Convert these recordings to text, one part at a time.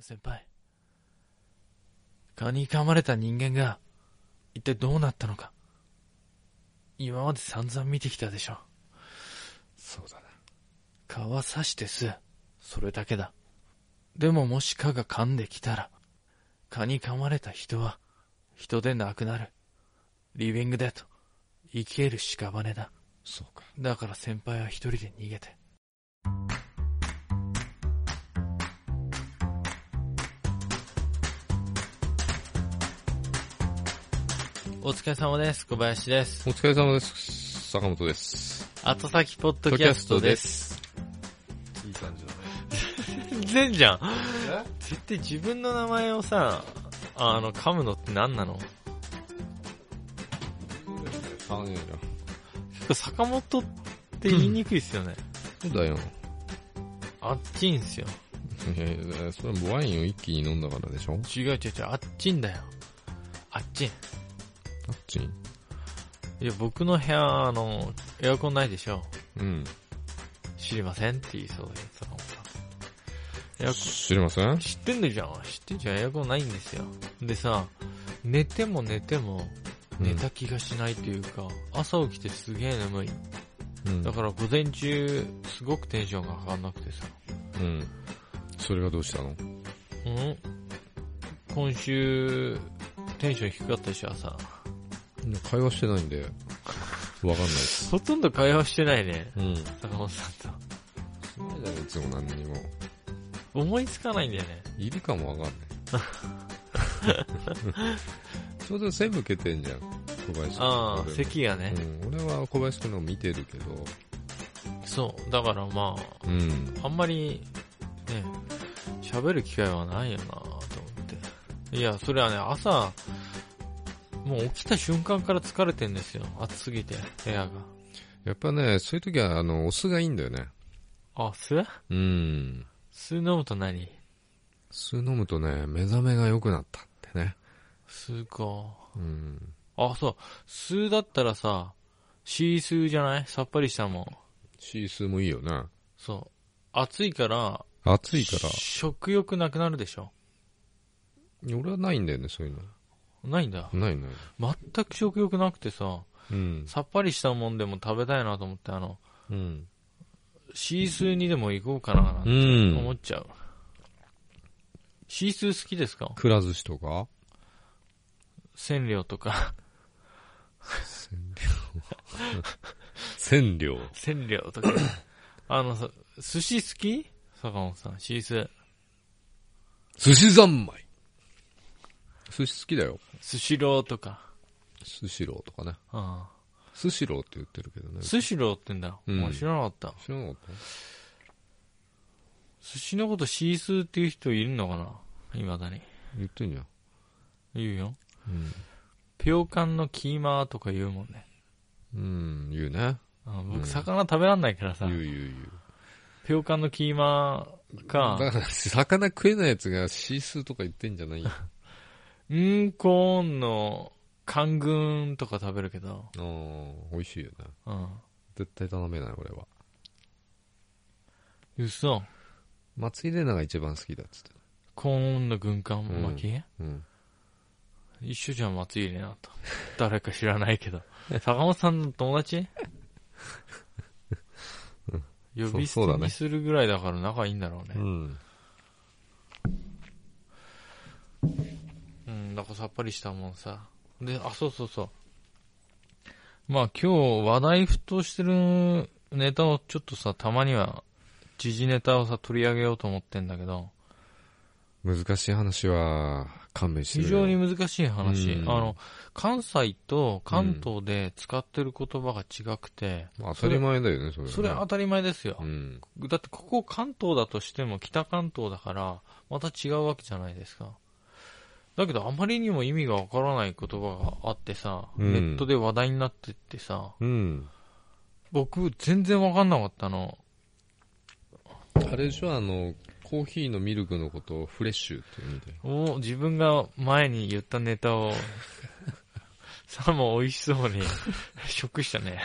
先輩蚊に噛まれた人間が一体どうなったのか今まで散々見てきたでしょそうだな。蚊は刺してすそれだけだでももし蚊が噛んできたら蚊に噛まれた人は人でなくなるリビングデッド生きる屍だそうか。だから先輩は一人で逃げてお疲れ様です小林ですお疲れ様です。坂本です。後先ポッドキャストですいい感じだ全然じゃんね。絶対自分の名前をさあの噛むのって何なのあね結構坂本って言いにくいっすよね、えな。そうだよ。あっちいんすよいやいや、それはワインを一気に飲んだからでしょ違う違う違うあっちんだよあっちんあっちに。いや、僕の部屋、あの、エアコンないでしょ。うん。知りませんって言いそうだけど坂本さん。エアコ知りませんン、知ってんのじゃん。知ってんじゃん。エアコンないんですよ。でさ、寝ても寝ても、寝た気がしないというか、朝起きてすげえ眠い。うん。だから午前中、すごくテンションが上がんなくてさ。うん。それがどうしたのうん今週、テンション低かったでしょ、朝。会話してないんで、わかんないほとんど会話してないね。うん。坂本さんと。しないだろ、いつも何にも。思いつかないんだよね。いるかもわかんない。ちょうど全部受けてんじゃん、小林君。ああ、俺も咳がね。うん、俺は小林君の見てるけど、そう、だからまうん。あ、あんまり、ね、喋る機会はないよなと思って。いや、それはね、朝、もう起きた瞬間から疲れてんですよ。暑すぎて、部屋が。やっぱね、そういう時は、あの、お酢がいいんだよね。あ、酢うん。酢飲むと何酢飲むとね、目覚めが良くなったってね。酢か。うん。あ、そう、酢だったらさ、シースーじゃないさっぱりしたもん。シースーもいいよね。そう。暑いから、暑いか食欲なくなるでしょ。ら、俺はないんだよね、そういうないんだ。の。ないない。全く食欲なくてさ、うん。さっぱりしたもんでも食べたいなと思って、あの、うん。シースーにでも行こうかななんうて思ん。っちゃう。シースー好きですかくら寿司とか千両とか。 千両。千両 とか。あのさ、寿司好き坂本さん、シースー。寿司三昧。寿司好きだよ。スシローとか。寿司郎とかね。うん。寿司郎って言ってるけどね。スシローって言うんだ。うんもう知らなかった。知らなかっ寿司のことシースーっていう人いるのかな未だに。た言ってんじゃん。言うよ。うん。ピョーカンのキーマーとか言うもんね。うん、言うね。うんうん僕、魚食べらんないからさ言う。言う言う。ピョーカンのキーマーだか、から、魚食えないやつがシースーとか言ってんじゃないよ。うんコーンの官軍とか食べるけど。うん、美味しいよね。う絶対頼めない、俺は。ん。嘘。松井玲奈が一番好きだっつってた。コーンの軍艦巻き、うん。一緒じゃん、松井玲奈と。誰か知らないけど。坂本さんの友達呼び捨 そうそうてだねにするぐらいだから仲いいんだろうね。うん。うん、だからさっぱりしたもんさ。で、あ、そうそうそう。まあ今日話題沸騰してるネタをちょっとさ、たまには、時事ネタをさ、取り上げようと思ってんだけど、難しい話は、勘弁して非くれよ常に難しい話。うんあの、関西と関東で使ってる言葉が違くて、まあ当たり前だよね、それはね。それ当たり前ですよう。ん。だってここ関東だとしても北関東だから、また違うわけじゃないですか。だけどあまりにも意味がわからない言葉があってさ、うんネットで話題になってってさ、うん。僕全然わかんなかったの。あれでしょ、あの、コーヒーのミルクのこ とをフレッシュって言うんだよ。 お自分が前に言ったネタをサーモン美味しそうに、 食したね。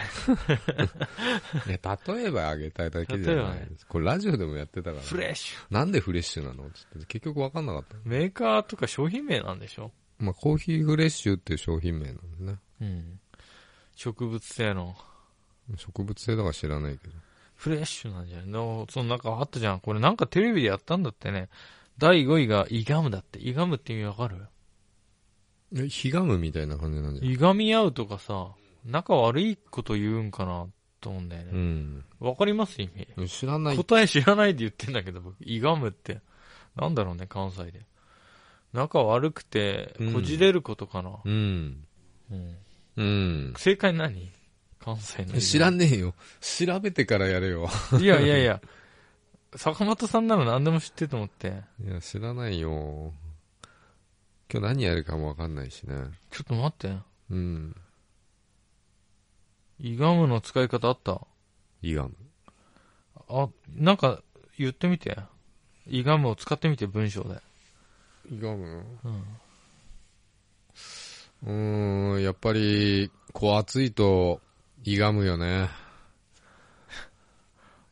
ね、例えばあげたいだけじゃ例えばないねです。これラジオでもやってたから。フレッシュ。なんでフレッシュなのつって結局わかんなかった。メーカーとか商品名なんでしょまあ、コーヒーフレッシュっていう商品名なんですね。うん。植物性の。植物性だから知らないけど。フレッシュなんじゃないのそのなんかあったじゃん。これなんかテレビでやったんだってね。第5位がイガムだって。イガムって意味わかるえ、ヒガムみたいな感じなんじゃないいがみ合うとかさ、仲悪いこと言うんかなと思うんだようね。ん。わ、かります意味。知らない。答え知らないで言ってんだけど、僕、いがむって。なんだろうね、関西で。仲悪くてう、んこじれることかな。うん。うんうん。正解何関西の。知らん。ねえよ。調べてからやれよ。いやいやいや。坂本さんなら何でも知ってると思って。いや、知らないよ。今日何やるかもわかんないしね。ちょっと待って。うん。イガムの使い方あったイガム。あ、なんか言ってみて。イガムを使ってみて、文章で。イガムうん。うーん、やっぱり、こう暑いと、イガムよね。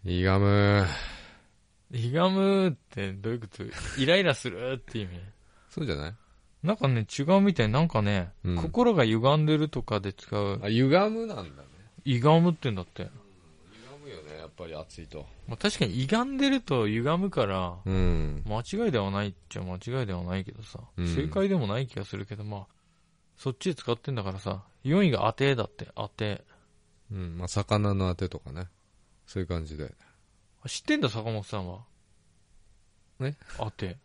イガム。イガムってどういうことイライラするって意味。そうじゃないなんかね、違うみたい。なんかね、うん心が歪んでるとかで使う、あ、歪むなんだね。歪むってんだって。歪むよね、やっぱり暑いと。まあ、確かに歪んでると歪むから、うん。間違いではないっちゃ間違いではないけどさ、うん正解でもない気がするけど、まあ、そっちで使ってんだからさ、4位が当てだって、当て。うん、まあ、魚のあてとかね。そういう感じで。知ってんだ、坂本さんは。え当て。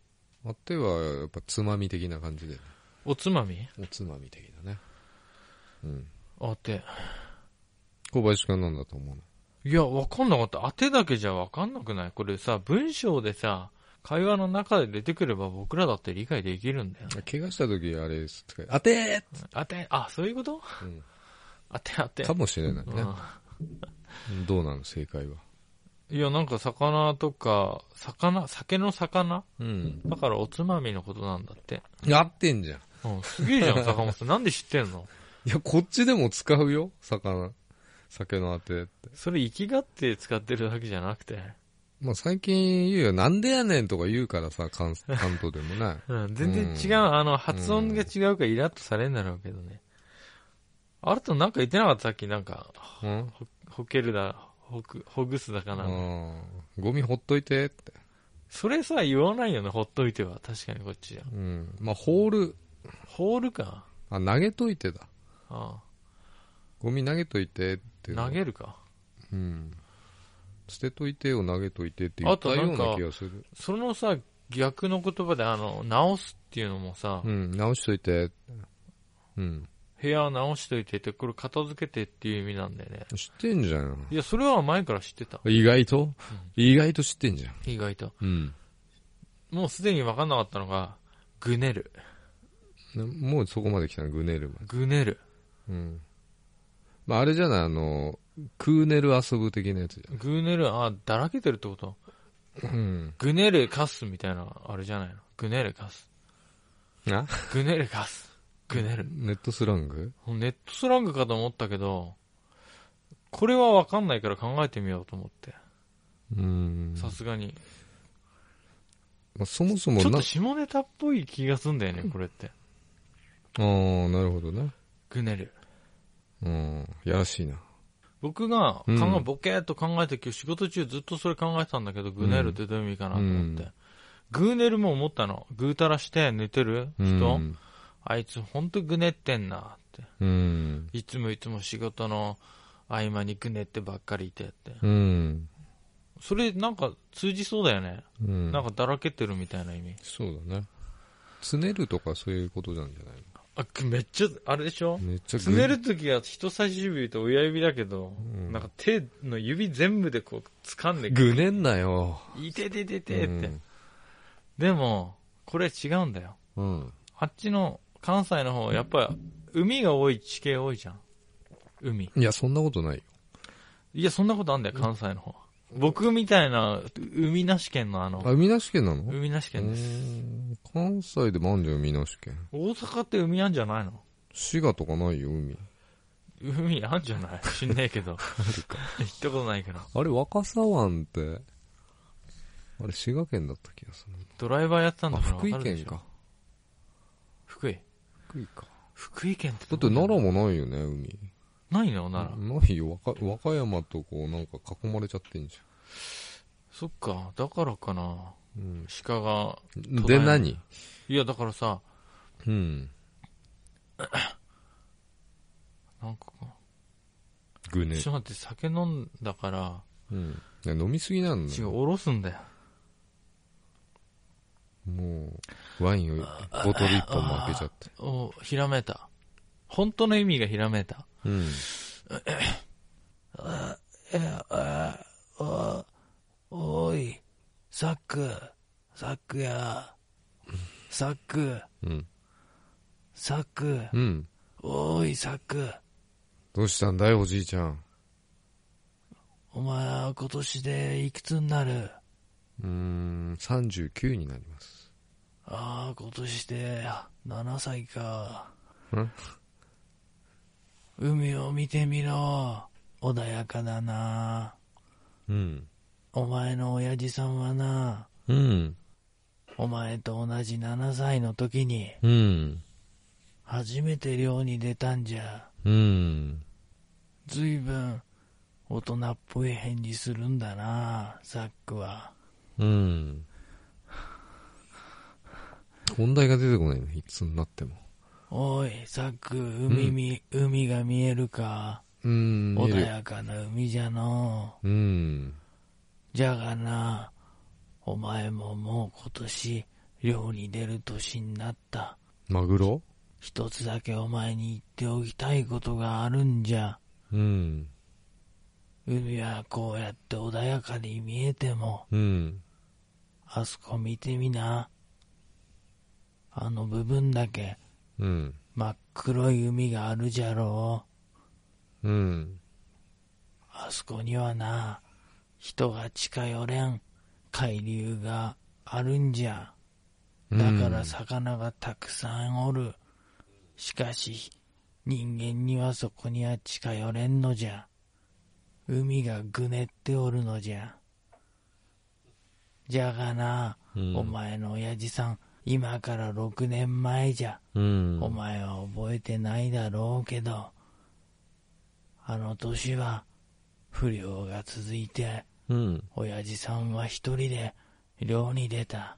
あては、やっぱつまみ的な感じで。おつまみおつまみ的なね。うん。当て。小林くんなんだと思うの。いや、わかんなかった。当てだけじゃわかんなくないこれさ、文章でさ、会話の中で出てくれば僕らだって理解できるんだよね。怪我した時、あれ、使い当て当て、あ、そういうことーうん当て当て。かもしれないね。うどうなの、正解は。んいや、なんか魚とか、魚、酒の魚うん。だからおつまみのことなんだって。やってんじゃん。うん、すげえじ ゃん、坂本さん。なんで知ってんのいや、こっちでも使うよ、魚。酒のあてって。それ、生きがって使ってるだけじゃなくて。まあ、最近言うよ、なんでやねんとか言うからさ、関 関東でもね。うん、全然違う。うあの、発音が違うからイラッとされるんだろうけどね。あれとなんか言ってなかったさっきなんか、うんほ、ほけるだ、ほく、ほぐすだかな。うんゴミほっといてって。それさ、言わないよね、ほっといては。確かにこっちじゃ。うん。まあ、ホール。ホールか。あ、投げといてだ。あゴミ投げといてっていうの。投げるか。うん。捨てといてを投げといてって言ったあとなようんかな気がする。そのさ、逆の言葉で、あの、直すっていうのもさ、うん、直しといて。うん。部屋直しといてって、これ片付けてっていう意味なんだよね。知ってんじゃん。いや、それは前から知ってた。意外と、意外と知ってんじゃん。意外と。うん。もうすでに分かんなかったのが、ぐねる。なもうそこまで来たの、グネルまぐねる。で。うん。まあ、あれじゃない、あの、クーネル遊ぶ的なやつじぐねる、あ、だらけてるってことゃん。うん。ぐねるかすみたいな、あれじゃないの。ぐねるかす。なぐねるかす。ぐねる。ネットスラングネットスラングかと思ったけど、これは分かんないから考えてみようと思って。うん。さすがに。まあ、そもそもちょっな、あと下ネタっぽい気がすんだよね、これって。あー、なるほどね。ぐねる。うん。やらしいな。僕が考え、うんボケーっと考えた今日仕事中ずっとそれ考えてたんだけど、グネルってどういう意味かなと思って。うんグーネルも思ったの。ぐうたらして寝てるう人、ん。あいつほんとぐねってんなって。うん。いつもいつも仕事の合間にぐねってばっかりいてって。うん。それなんか通じそうだよね。うん。なんかだらけてるみたいな意味。そうだね。つねるとかそういうことなんじゃないあ、ぐめっちゃ、あれでしょのめっちゃつねるときは人差し指と親指だけど、んなんか手の指全部でこう掴んで、ぐねんなよ。いててててって。でも、これ違うんだよ。うん。うん。あっちの関西の方、やっぱ海が多い、地形多いじゃん。海。いや、そんなことないよ。いや、そんなことあんだよ、関西の方。僕みたいな、う海なし県のああ、の、海なし県なの海なし県です。うーん関西でもあんじゃん、海なし県。大阪って海なんじゃないの滋賀とかないよ、海。海あんじゃない知んねえけ ど。行ったことないから。あれ、若狭湾って、あれ、滋賀県だった気がする。ドライバーやってたんあ、だから福分井かるでし県ょ。か。福井。福井か。福井県ってだどってこ奈良もないよね、海。ないの奈良。ないよ、和歌和歌山とこう、なんか囲まれちゃってんじそっか、だからかな。ゃん。鹿が、うん。で、隣何いやだからさ、うん。なんか、ぐちねょっ。と待って、酒飲んだから、うん。いや飲みすぎなんだ違う、よ。おろすんだよ。もう、ワインを、ボトル一本も開けちゃって。お、ひらめいた。本当の意味がひらめいた。うん。おい、サック、サックや、サック、うん。サック、うん。おい、サック、どうしたんだよ、おじいちゃん。お前は今年でいくつになるうーん、39になります。ああ、今年で7歳か。ん海を見てみろ。穏やかだな。うん。お前の親父さんはな、うん。お前と同じ7歳の時にうん。初めて漁に出たんじゃ。うん。ずいぶん大人っぽい返事するんだな、ザックは。うん。本題が出てこないね、いつになっても。おい、ザック、海み、海が見えるか。うん、見穏る。やかな海じゃのう。うん。じゃがな、お前ももう今年、漁に出る年になった。マグロ一つだけお前に言っておきたいことがあるんじゃ。うん。海はこうやって穏やかに見えても、うん。あそこ見てみな。あの部分だけうん。真っ黒い海があるじゃろう。うん。あそこにはな、人が近寄れん海流があるんじゃ。だから魚がたくさんおる。しかし、人間にはそこには近寄れんのじゃ。海がぐねっておるのじゃ。じゃがな、うんお前の親父さん、今から6年前じゃ。うん。お前は覚えてないだろうけど、あの年は不良が続いて、うん。親父さんは一人で漁に出た。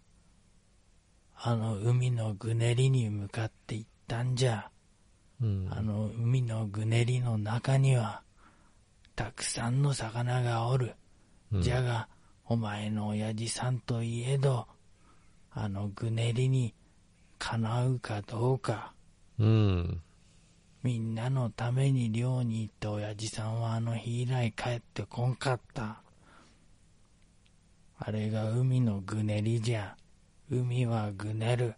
あの海のぐねりに向かって行ったんじゃ。うん。あの海のぐねりの中には、たくさんの魚がおる。うんじゃが、お前の親父さんといえど、あのぐねりにかなうかどうか。うん。みんなのために漁に行った親父さんはあの日以来帰ってこんかった。あれが海のぐねりじゃ。海はぐねる。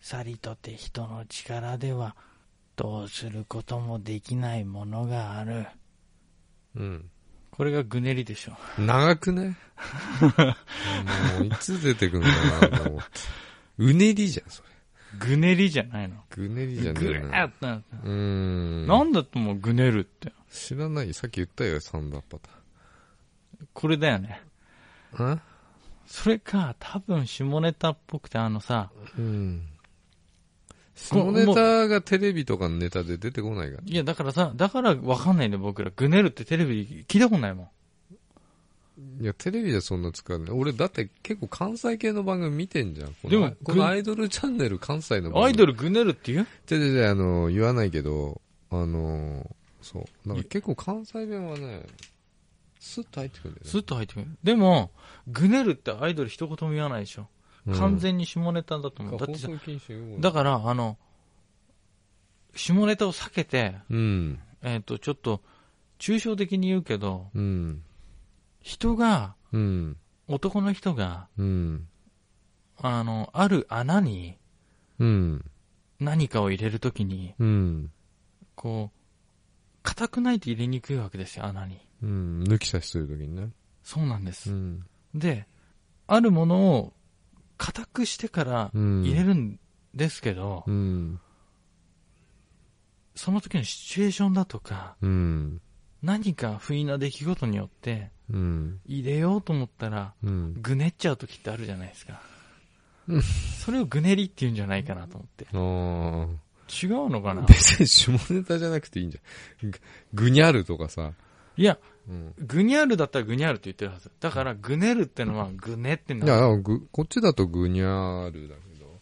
さりとて人の力ではどうすることもできないものがある。うん。これがぐねりでしょ。長くねもう、いつ出てくんだろうなと思って。うねりじゃん、それ。ぐねりじゃないの。ぐねりじゃねえな。ーってなるうーん。んだともうぐねるって。知らない。さっき言ったよ、サンダーパタこれだよね。ーン。それか、多分下ネタっぽくてあのさ、うん。下ネタがテレビとかのネタで出てこないから。いや、だからさ、だからわかんないんだよ、僕ら。グネルってテレビ聞いたことないもん。いや、テレビでそんな使わない。俺、だって結構関西系の番組見てんじゃん。このでもこのアイドルチャンネル関西の番組。アイドルルグネルって言うじゃじゃじゃ、あの、言わないけど、あの、そう。なんか結構関西弁はね、スッと入ってくるんだよね。スッと入ってくる。でも、グネルってアイドル一言も言わないでしょ。うん完全に下ネタだと思う。だっ放てさ、送禁止用語だから、あの、下ネタを避けて、うん。えっ、と、ちょっと、抽象的に言うけど、うん。人が、うん。男の人が、うん。あの、ある穴にうん。何かを入れるときに、うん。こう、硬くないと入れにくいわけですよ、穴に。うん。抜き差しするときにね。そうなんですう。ん。で、あるものを固くしてからうん。入れるんですけど、うん。その時のシチュエーションだとか、うん。何か不意な出来事によって、うん。入れようと思ったら、うん。ぐねっちゃう時ってあるじゃないですかうん。それをぐねりって言うんじゃないかなと思って。ああ。違うのかな別に下ネタじゃなくていいんじゃん。ぐぐにゃるとかさ。いや、うん。ぐにゃるだったらぐにゃるって言ってるはず。だから、ぐねるってのは、ぐねっていや、なる。だからぐこっちだとぐにゃるだけど。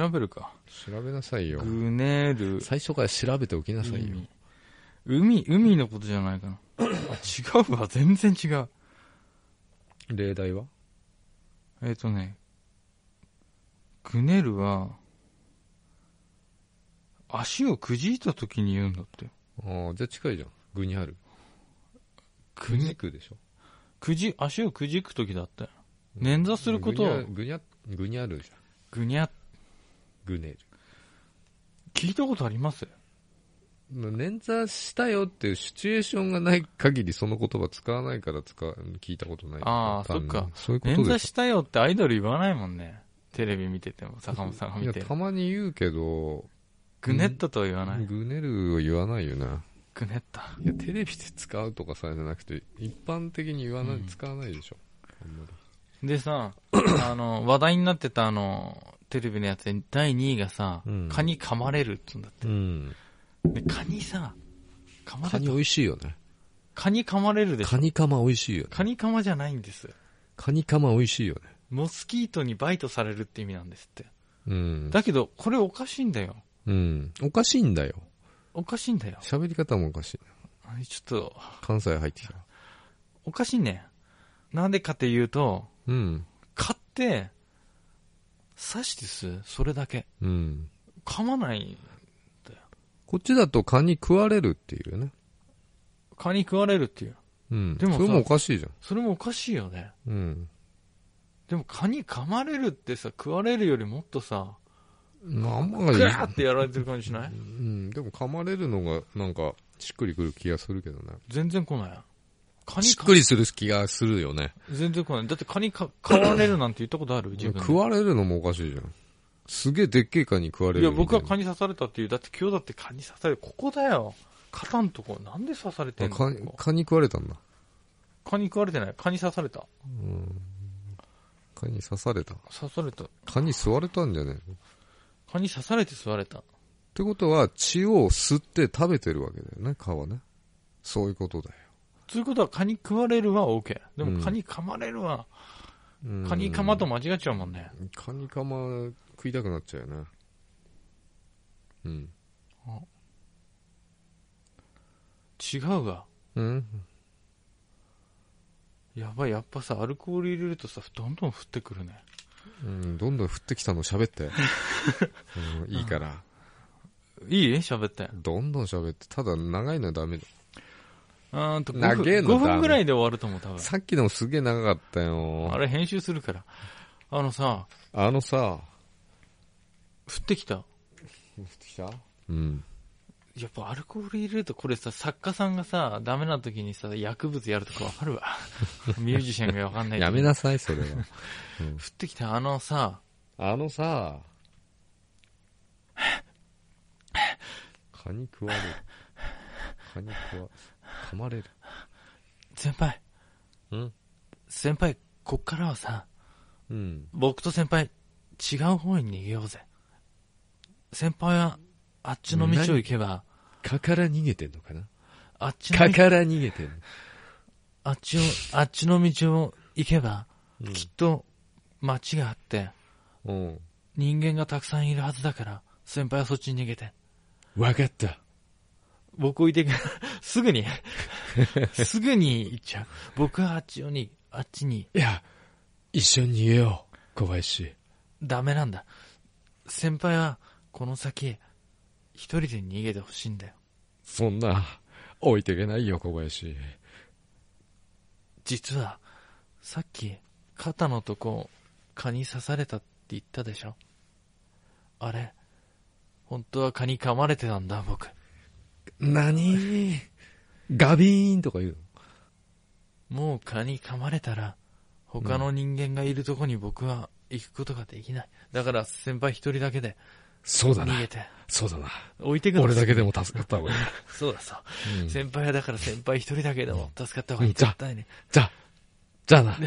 調べるか。調べなさいよぐ。ねる。最初から調べておきなさいよ。海、海海のことじゃないかな。あ違うわ、全然違う。例題はえっ、とね、ぐねるは、足をくじいた時に言うんだって。ああ、じゃあ近いじゃん。ぐにゃる。くぐにじ、くでしょ。くじ、足をくじく時だって。捻挫することをぐにゃ、ぐにゃぐにゃるじゃん。ぐにゃ、ぐねる。聞いたことあります捻挫したよっていうシチュエーションがない限りその言葉使わないから使う、聞いたことない。あー多分そっか。そういうこ捻と挫でしたよってアイドル言わないもんね。テレビ見てても、坂本さんがい見や、て。たまに言うけど、ぐねったとは言わない。ぐねるを言わないよな。ぐねった。いや、テレビで使うとかさ、じゃなくて、一般的に言わない、うん使わないでしょ。あんまり。でさ、 あの、話題になってたあの、テレビのやつで第2位がさ、うんカニ噛まれるって言うんだって。うん。で、カニさ、噛まカれニた美。味しいよね。カニ噛まれるでしょカニカマ美味しいよね。カニカマじゃないんです。カニカマ美味しいよね。モスキートにバイトされるって意味なんですって。うん。だけど、これおかしいんだよ。うん。おかしいんだよ。おかしいんだよ。喋り方もおかしい。ちょっと、関西入ってきた。おかしいね。なんでかっていうと、うん。買って、刺してす、それだけ。うん。噛まない。こっちだとカニ食われるっていうね。カニ食われるっていう。うん。でもさそれもおかしいじゃそれもおかしいよね。ん。うん。でもカニ噛まれるってさ、食われるよりもっとさ、まあ、あんまグり。ラーってやられてる感じしないうん。でも噛まれるのが、なんか、しっくりくる気がするけどね。全然来ない。カニしっかくりする気がするよね。全然来ない。だってカニか買われるなんて言ったことある自分で。食われるのもおかしいじゃん。すげえでっけえカニ食われるいや、僕はみたカニ刺されたっていう。だって今日だってカニ刺される。ここだよ。肩んとこ。なんで刺されていんなのカニここカニ食われたんだ。カニ食われてない。カニ刺された。カニ刺された。刺された。カニ吸われたんじゃねえのっカニ刺されて吸われた。てことは、血を吸って食べてるわけだよね、蚊はね。そういうことだよ。ということはカニ食われるは OK。でうんもカニ噛まれるは、うんカニカマと。間違っちゃうもんね。カニカマ食いたくなっちゃうよね。うん。違うわ。うんやばい、やっぱさ、アルコール入れるとさ、どんどん降ってくるね。うん、どんどん降ってきたの喋 って、うん。いいから。いい喋って。どんどん喋って。ただ長いのはダメだ。うーんと5長え分、の5ダメ分ぐらいで終わると思う、多分。さっきのもすげえ長かったよ。あれ編集するから。あのさ、あのさ、降ってきた。降ってきたうん。やっぱアルコール入れると、これさ、作家さんがさ、ダメな時にさ、薬物やるとかわかる わ。ミュージシャンがわかんない。やめ。なさい、そ れは。降ってきた、あのさ、あの さ、蚊に食われる。蚊に食わ、噛まれる。先輩、うん先輩、こっからはさ、うん。僕と先輩、違う方に逃げようぜ。先輩は、あっちの道を行けば、蚊から逃げてんのかなあっちの蚊道から逃げてんの。あっちを、あっちの道を行けば、うんきっと街があって、うん。人間がたくさんいるはずだから、先輩はそっちに逃げて。わかった。僕置いてく、 すぐに、すぐに行っちゃう。僕はあっちに、あっちに、いや、一緒に逃げよう、小林。ダメなんだ。先輩は、この先、一人で逃げてほしいんだよ。そんな、置いてけないよ、小林。実は、さっき、肩のとこ、蚊に刺されたって言ったでしょあれ、本当は蚊に噛まれてたんだ、僕。何ガビーンとか言うもう蚊に噛まれたら、他の人間がいるとこに僕は行くことができない。だから先輩一人だけで、そうだな逃。げて。そうだな。置いてくの俺だけでも助かった方がいい。そうだそう。うん先輩はだから先輩一人だけでも助かった方がいい。うんじゃ絶対に。じゃあ、じゃあな。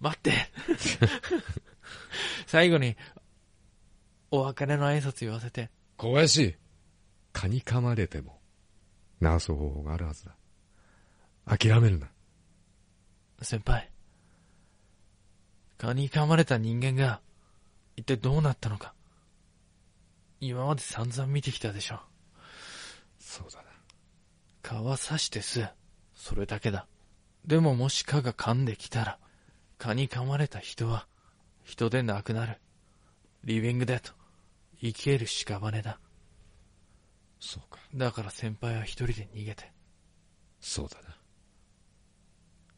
待って 最後に、お別れの挨拶言わせて。小林、蚊に噛まれても直す方法があるはずだ。諦めるな。先輩。蚊に噛まれた人間が、一体どうなったのか。今まで散々見てきたでしょ。そうだな。蚊は刺して吸う。それだけだ。でももし蚊が噛んできたら、蚊に噛まれた人は、人でなくなる。リビングデッド。生きる屍だ。そうか。だから先輩は一人で逃げて。そうだな。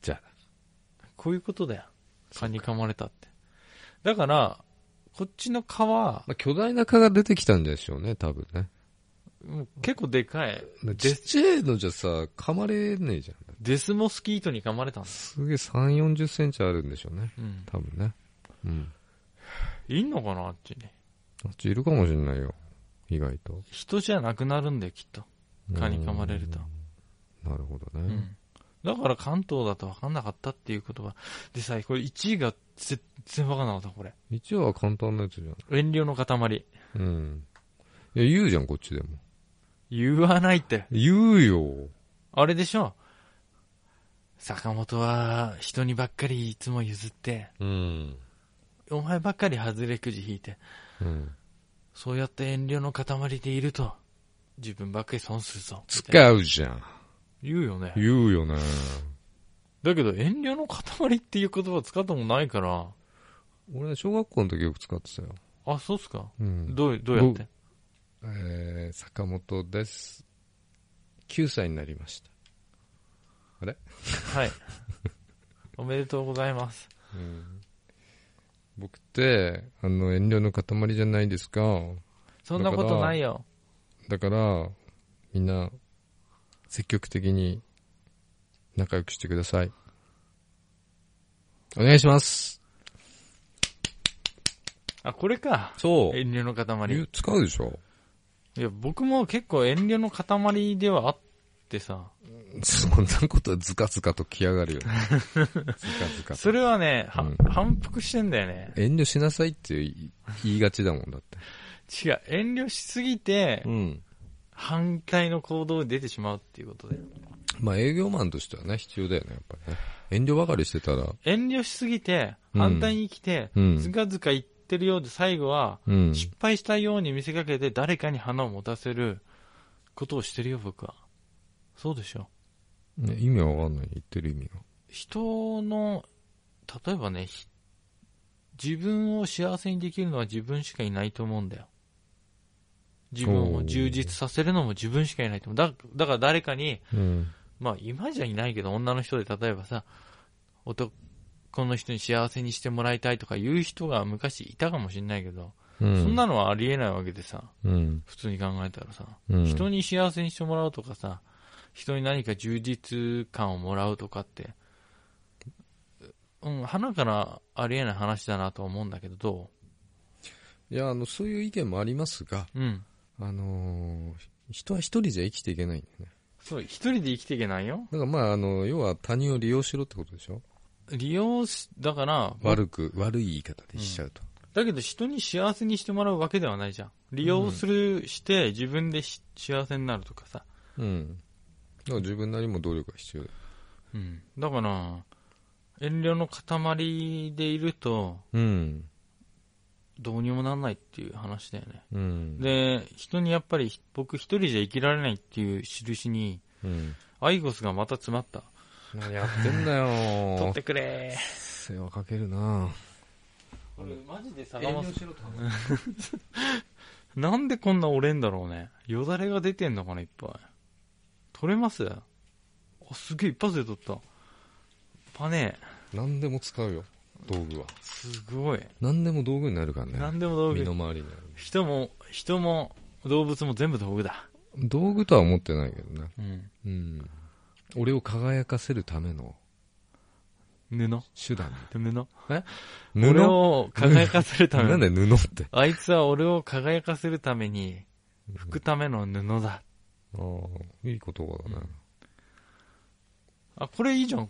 じゃあな。こういうことだよ。蚊に噛まれたって。だから、こっちの蚊は、まあ、巨大な蚊が出てきたんでしょうね、多分ね。もう結構でかい。ちデっス、ちゃいのじゃさ、噛まれねえじゃん。デスモスキートに噛まれたんです。すげえ3、40センチあるんでしょうね。うん。多分ね。うん。いんのかなあっちに。あっちいるかもしんないよ。意外と。人じゃなくなるんで、きっと。蚊に噛まれると。なるほどうね。ん。だから関東だと分かんなかったっていうことは。でさ、これ1位が全然分かんなかった、これ。一応は簡単なやつじゃん。遠慮の塊。うん。いや、言うじゃん、こっちでも。言わないって。言うよ。あれでしょ坂本は人にばっかりいつも譲って、うん。お前ばっかり外れくじ引いて、うん。そうやって遠慮の塊でいると、自分ばっかり損するぞ。みたいな使うじゃん。言うよね。言うよね。だけど遠慮の塊っていう言葉使ったもんないから、俺、小学校の時よく使ってたよ。あ、そうっすかうん。どう、どうやってえー、坂本です。9歳になりました。はい。おめでとうございます。僕って、あの、遠慮の塊じゃないですか。そんなことないよ。だから、みんな、積極的に、仲良くしてください。お願いします。あ、これか。そ遠慮の塊。う。使うでしょいや、僕も結構遠慮の塊ではあってさ。そんなことずかずかと来やが るよ。ずかずかと。それはね、はうん反復してんだよね。遠慮しなさいって言い言いがちだもんだって。違う、遠慮しすぎて、ん。反対の行動に出てしまうっていうことで。まあ営業マンとしてはね、必要だよね、やっぱりね。遠慮ばかりしてたら、遠慮しすぎて、うん反対に来て、うんずかずか言ってるようで最後は、うん。失敗したように見せかけて誰かに花を持たせることをしてるよ、僕は。そうでしょ。ね意味わかんない、言ってる意味が。人の、例えばね、ひ自分を幸せにできるのは自分しかいないと思うんだよ。自分を充実させるのも自分しかいないと思う。だだから誰かに、うん。まあ今じゃいないけど女の人で例えばさ、男の人に幸せにしてもらいたいとか言う人が昔いたかもしれないけど、そそんなの、のはありえないわけでさ、うん。普通に考えたらさ、うん人に幸せにしてもらうとかさ、人に何か充実感をもらうとかって、うん、花からありえない話だなと思うんだけど、どいや、あの、そういう意見もありますが、ううん。あのー人は一人じゃ生きていけないんだよね。そう、一人で生きていけないよ。だからまあ、あの、要は他人を利用しろってことでしょ利用し、だから、悪く、悪い言い方でしちゃうと。だけど人に幸せにしてもらうわけではないじゃん。利用する、して自分でし幸せになるとかさ。うん。だから自分なりにも努力が必要だよ。うん。だから、遠慮の塊でいると、うん。どうにもなんないっていう話だよね。うん。で、人にやっぱりひ僕一人じゃ生きられないっていう印に、うん。アイゴスがまた詰まった。何やってんだ取っ よてくれ世話かけるなこれマジで坂本さん。 なんでこんな折れんだろうね。よだれが出てんのかな、いっぱい。取れますあ、すげえ、一発で取った。パネ何でも使うよ、道具は。すごい。何でも道具になるからね。何でも道身具。の回りにあ人も、人も、動物も全部道具だ。る。道具とは思ってないけどね。うん。うん。俺を輝かせるための布。手段。布。布俺を輝かせるためなんに。で布って。あいつは俺を輝かせるために、拭くための布だ。ああ、いい言葉だね。あ、これいいじゃん。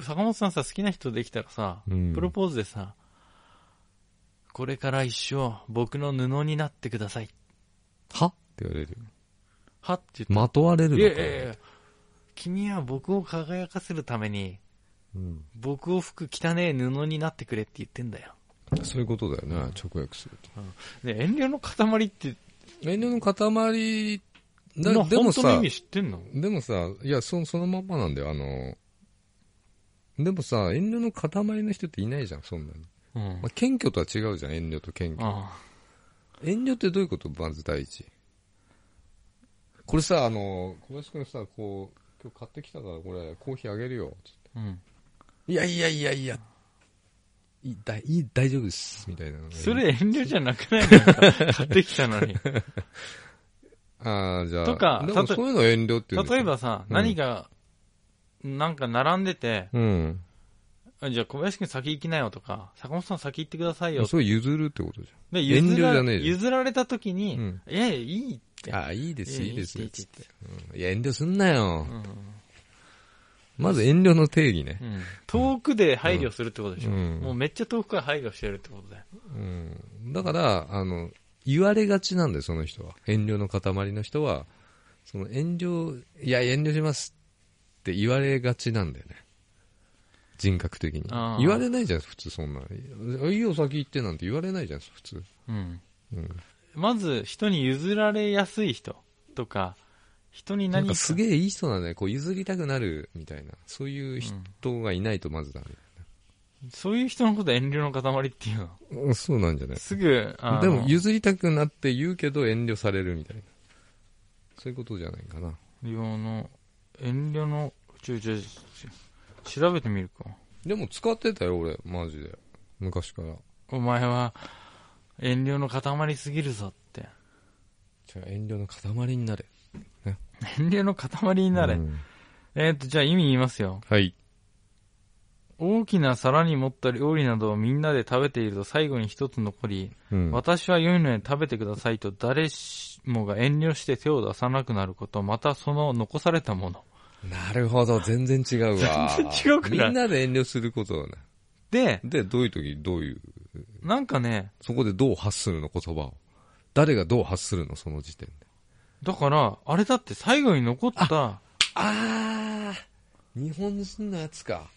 坂本さんさ、好きな人できたらさ、うんプロポーズでさ、これから一生僕の布になってください。はって言われるよ。はって言って。まとわれるいのやかいやいや君は僕を輝かせるために、うん。僕を服汚ねえ布になってくれって言ってんだよ。そういうことだよね、直訳すると。ね、遠慮の塊って、遠慮の塊なだでも本当のさ意味、知ってんのでもさ、いや、そそのまんまなんだよ、あの、でもさ、遠慮の塊の人っていないじゃん、そんなに。うんまあ、。謙虚とは違うじゃん、遠慮と謙虚。あ遠慮ってどういうことまず第一。これさ、あの、小林くんさ、こう、今日買ってきたからこれ、コーヒーあげるよ、つってあうん。いやいやいやいや、いい、だいい大丈夫です、みたいなのがいい。それ遠慮じゃなくないなんか買ってきた のに。ああ、じゃあ。とかでたもとそういうの遠慮っていうのか例えば、さ、うん何か、なんか並んでて、うん。あじゃあ小林君先行きなよとか、坂本さん先行ってくださいよ。それ譲るってことじで、遠慮譲らじゃねえじゃん譲られた時に、うんいやいや、いいって。ゃん。ああ、いいでいやいいっていいっていや、遠慮すんなよう。んまず遠慮の定義ねう。ん遠くで配慮するってことでしょ。うんもうめっちゃ遠くから配慮してるってことだよ。うん。だから、あの、言われがちなんだよ、その人は。遠慮の塊の人は、その遠慮、いや、遠慮しますって言われがちなんだよね。人格的にあ。ー言われないじゃん、普通そんな。いいよ、先行ってなんて言われないじゃん、普通。うん。まず、人に譲られやすい人とか、人になん何かすげえいい人なんだよ。こう譲りたくなるみたいな。そういう人がいないとまずだね。そういう人のこと遠慮の塊っていうの。うんそうなんじゃないすぐ、あのでも譲りたくなって言うけど遠慮されるみたいな。そういうことじゃないかな。用の、遠慮の、ちょちょ、ちょ調べてみるか。でも使ってたよ、俺。マジで。昔から。お前は、遠慮の塊すぎるぞって。じゃあ遠慮の塊になれ。遠慮の塊になれ。うんえっ、と、じゃあ意味言いますよ。はい。大きな皿に盛った料理などをみんなで食べていると最後に一つ残り、うん。私は良いので食べてくださいと誰しもが遠慮して手を出さなくなること、またその残されたもの。なるほど。全然違うわ。全然違うくないみんなで遠慮することだね。で、で、どういう時、どういう、なんかね、そこでどう発するの、言葉を。誰がどう発するの、その時点で。だから、あれだって最後に残った、あー、日本人のやつか。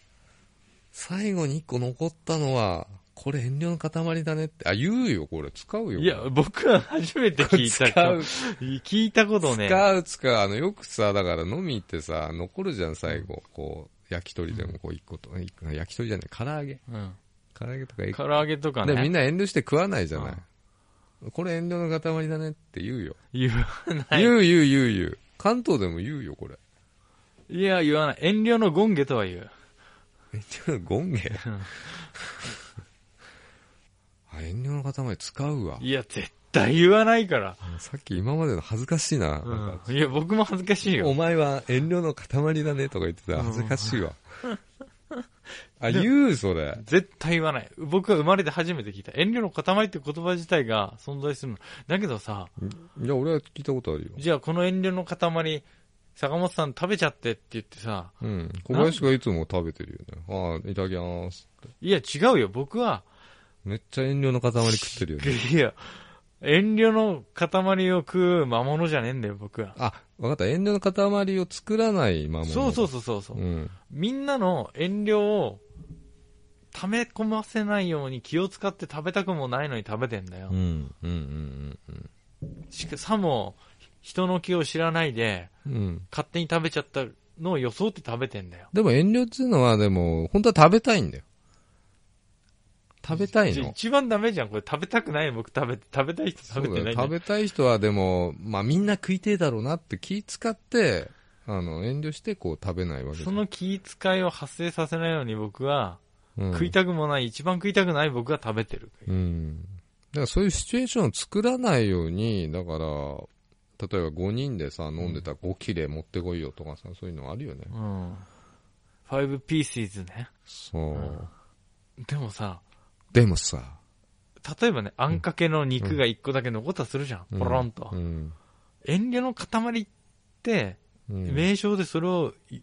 最後に一個残ったのは、これ遠慮の塊だねって。あ、言うよ、これ。使うよ。いや、僕は初めて聞いた。使う、聞いたことね。使う、使う。あの、よくさ、だから飲み行ってさ、残るじゃん、最後。こう、焼き鳥でもこう一個と、一個焼き鳥じゃない、唐揚げ。うん。唐揚げとか一個唐揚げとかね。で、みんな遠慮して食わないじゃなうい。これ遠慮の塊だねって言うよ。言わない。言う、言う、言う、言う。関東でも言うよ、これ。いや、言わない。遠慮の権下とは言う。遠慮のゴンゲん あ、遠慮の塊使うわ。いや、絶対言わないから。さっき今までの恥ずかしいな。なんかうん。いや、僕も恥ずかしいよお。前は遠慮の塊だねとか言ってたら恥ずかしい わ。あ、言うそれ。絶対言わない。僕は生まれて初めて聞いた。遠慮の塊って言葉自体が存在するの。だけどさ、いや、俺は聞いたことあるよ。じゃあこの遠慮の塊、坂本さん食べちゃってって言ってさ、うん。小林がいつも食べてるよね。あーいただきます。いや違うよ、僕は、めっちゃ遠慮の塊食ってるよね。いや、遠慮の塊を食う魔物じゃねえんだよ、僕は。あ、わかった。遠慮の塊を作らないまま。そうそうそうそうそう。うん。みんなの遠慮を溜め込ませないように気を使って食べたくもないのに食べてんだようん。う。ん。うん。しかさも、人の気を知らないで、うん。うん。勝手に食べちゃったのを装って食べてんだよ。でも遠慮っていうのは、でも、本当は食べたいんだよ。食べたいじゃの。一番ダメじゃん、これ食べたくない僕食べて、食べたい人そう食べてだないよんだよ食べたい人は、でも、まあみんな食いてえだろうなって気使って、あの、遠慮してこう食べないわけその気遣いを発生させないように僕は、食いたたくもない、一番食いたくない僕が食べてる。うん。うん。だからそういうシチュエーションを作らないように、だから、例えば5人でさ、飲んでたら5切れ持ってこいよとかさ、そういうのあるよね。うん。ファイブピーシーズね。そう。でもさ、でもさ、例えばね、あんかけの肉が一個だけ残ったとするじゃん。ポロンと。うん。遠慮の塊って、うん名称でそれをい、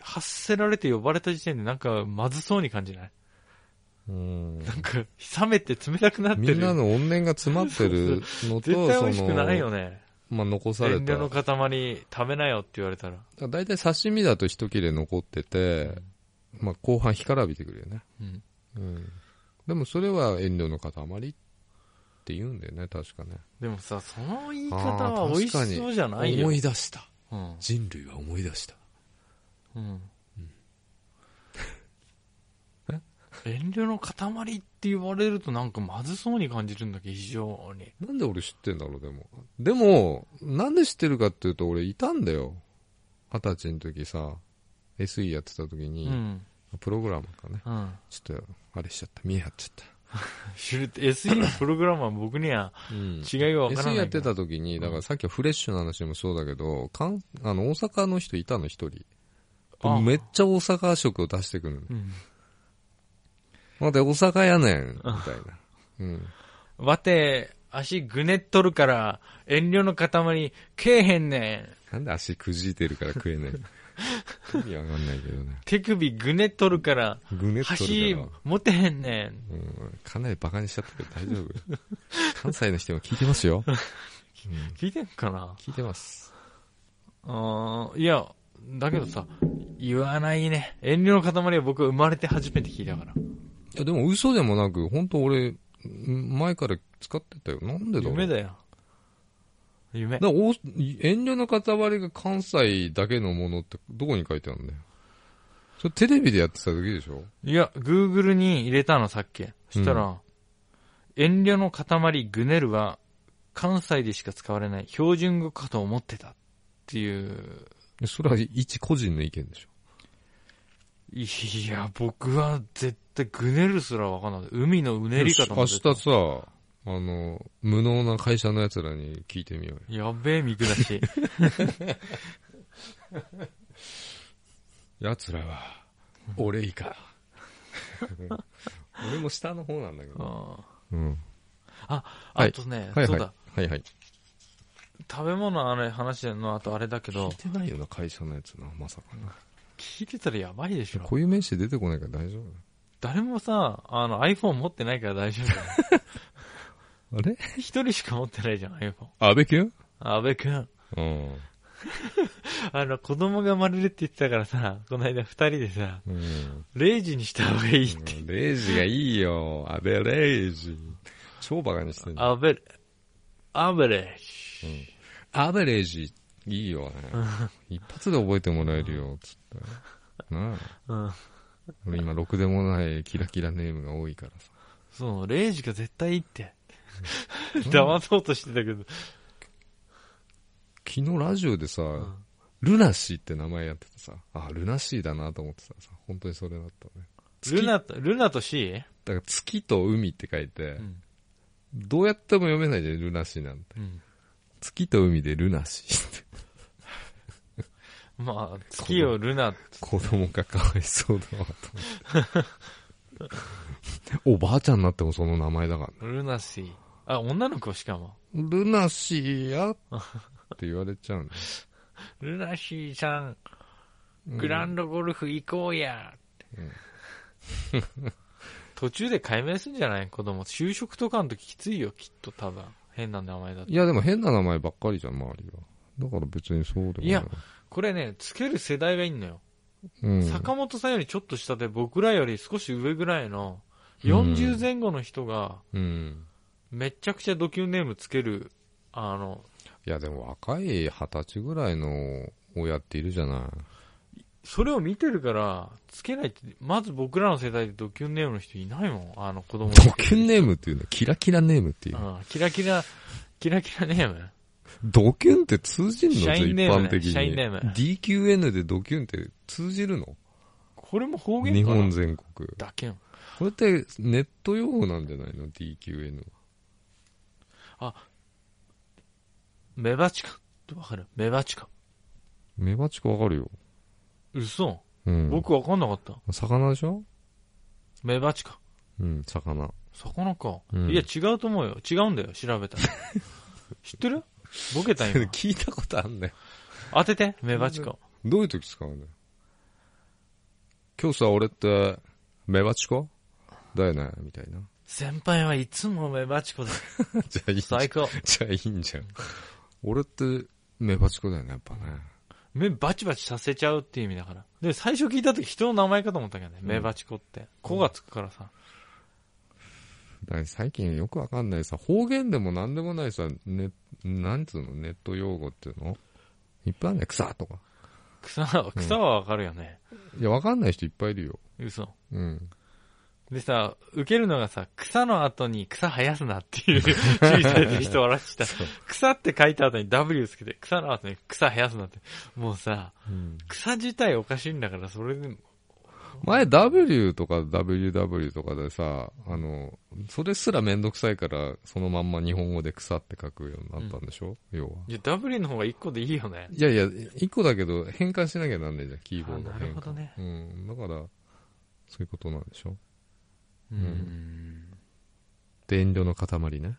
発せられて呼ばれた時点でなんかまずそうに感じない うんなんか、冷めて冷たくなってる。みんなの怨念が詰まってるのと、絶対美味しそくないよの、ね。まあ、残され遠た。慮だのか塊食べなよって言われたら。ら大体刺身だと一切れ残ってて、まあ、後半干からびてくるよね。うん。うん。でもそれは遠慮の塊って言うんだよね、確かね。でもさ、その言い方は美味しそうじゃないよ。思い出した。うん。人類は思い出した。うん。 遠慮の塊って言われるとなんかまずそうに感じるんだけど、非常に。なんで俺知ってんだろう、でも。でも、なんで知ってるかっていうと、俺いたんだよ。二十歳の時さ、SE やってた時うに、ん。プログラマーかね。うん。ちょっと、あれしちゃった。見え張っちゃっ知る SE のプログラマー僕にはた。うん違いは分からない。 SE やって。た時に、だからさっきはフレッシュの話もそうだけど、かんあの、大阪の人いたの、一人。あめっちゃ大阪色を出してくるの。うん。まだ大阪やねん、みたいな。うん。わて、足ぐねっとるから、遠慮の塊、けえへんねん。なんで足くじいてるから食 えない意味わかんないけどね。手首ぐねっとるから、ぐねっとる箸から。持てへんねん。うん、かなりバカにしちゃったけど大丈夫関西の人も聞いてますよ。聞いてんかな聞いてます。あーいや、だけどさ、言わないね。遠慮の塊は僕生まれて初めて聞いたから。いや、でも嘘でもなく、本当俺、ん前から使ってたよ。なんでだろう。夢だよ。夢。だからお遠慮の塊が関西だけのものってどこに書いてあるんだよ。それテレビでやってた時でしょいや、Google に入れたのさっき。そしたら、遠慮の塊ぐねるは関西でしか使われない標準語かと思ってたっていうそれは一個人の意見でしょ。いや、僕は絶対グネルすらわかんない。海のうねり方明も日絶さ対、あの、無能な会社の奴らに聞いてみようよ。やべえ見下 し。奴らは、俺以下。 俺も下の方なんだけう。んうん。はあいとね、はいそはうい。だ、はいはい。食べ物のあれ話の後あれだけど、聞いてないよな、会社のやつな、まさかな。聞いてたらやばいでしょ。こういう名詞出てこないから大丈夫誰もさ、あの iPhone 持ってないから大丈夫だよ。あれ一人しか持ってないじゃん、iPhone。安倍君安部くん。うん。あの、子供が生まれるって言ってたからさ、この間二人でさ、うん。 0時にした方がいいって。レイジがいいよ。安倍レイジ。超バカにしてる。アベレ、アベレアベレージ、いいよね。一発で覚えてもらえるよ、つって。なあ。うん。俺今、ろくでもないキラキラネームが多いからさ。そう、0時が絶対いいって。騙そうとしてたけど。昨日ラジオでさ、んルナシーって名前やっててさ、あ、ルナシーだなと思ってたらさ、本当にそれだったね。ルナと、ルナと C? だから月と海って書いて、んどうやっても読めないじゃん、ルナシーなんて。うん。月と海でルナシーって。まあ、月をルナ、子供がかわいそうだなと思って。おばあちゃんになってもその名前だからね。ルナシー。あ、女の子しかも。ルナシーやって言われちゃうんだよルナシーさん、グランドゴルフ行こうや。途中で解明するんじゃない子供。就職とかの時きついよ、きっと多分。変な名前だと。いやでも変な名前ばっかりじゃん、周りは。だから別にそうでもない。いや、これね、つける世代がいんのよ。うん、坂本さんよりちょっと下で、僕らより少し上ぐらいの、40前後の人が、うん。めっちゃくちゃドキュンネームつける、あの、いや、でも若い二十歳ぐらいの親っているじゃない。それを見てるから、つけないって、まず僕らの世代でドキュンネームの人いないもん、あの子供ドキュンネームっていうのキラキラネームっていう。うん、キラキラ、キラキラネームドキュンって通じんの社員ネ一ームね般的に。社員ネーム DQN でドキュンって通じるのこれも方言か日な本全国。だけん。これってネット用語なんじゃないの ?DQN は。メバチカ。わかるメバチカ。メバチコわかるよ。嘘。うん。僕わかんなかった。魚でしょメバチか。うん、魚。魚か。うんいや、違うと思うよ。違うんだよ、調 べたら。知ってるボケた今。聞いたことあんだよ。当てて、メバチか。どういう時使うんだよ。今日さ、俺って、メバチコだよね、みたいな。 先輩はいつもメバチコだ。じゃあいいじゃん。最高。じゃあいいんじゃん。俺って、メバチコだよね、やっぱね。目バチバチさせちゃうっていう意味だから。で、最初聞いた時人の名前かと思ったけどね。メバチコって。子がつくからさ。だから最近よくわかんないさ、方言でもなんでもないさ、ね、なんつうの、ネット用語っていうのいっぱいあるね、草とか。草は、草はわかるよね。いや、わかんない人いっぱいいるよ。嘘。うん。でさ、受けるのがさ、草の後に草生やすなっていう 注意されてる人笑ってた。草って書いた後に W つけて、草の後に草生やすなって。もうさ、うん、草自体おかしいんだから、それでも、前 W とか WW とかでさ、あの、それすらめんどくさいから、そのまんま日本語で草って書くようになったんでしょ、要は。いや、W の方が一個でいいよね。いやいや、一個だけど変換しなきゃなんねえじゃん、キーボードのあな変換。るほどねうん、だから、そういうことなんでしょうん。で、遠慮の塊ね。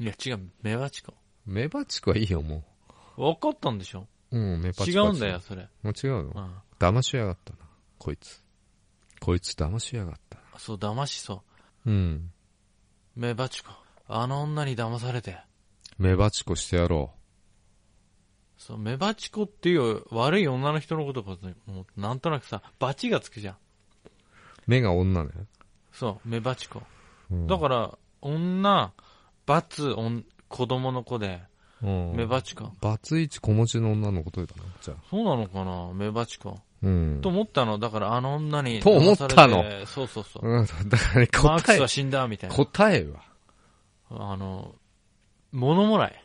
いや、違う、メバチコ。メバチクはいいよ、もわかったんでしょう。うん、メバチ違クはうんだよ、。それ。もう違ううのん。騙しやがったな、こいつ。こいつ騙しやがったな。そう、騙しそう。うん。メバチコ。あの女に騙されて。メバチコしてやろそう、メバチコっていう悪い女の人のことかともうなんとなくさ、バチがつくじゃん。う。目が女ね。そう、メバチコ。うんだから、女、バツ、おん子供の子で、うんメバチコ。バツイチ小文字の女のことだな、じゃあ。そうなのかなメバチコ。うんと。思ったの、だからあの女に。と思った騙のされてそうそうそう。うん、だからマーク答スえは、死んだ、みたいな。答えは。あの、物もらい。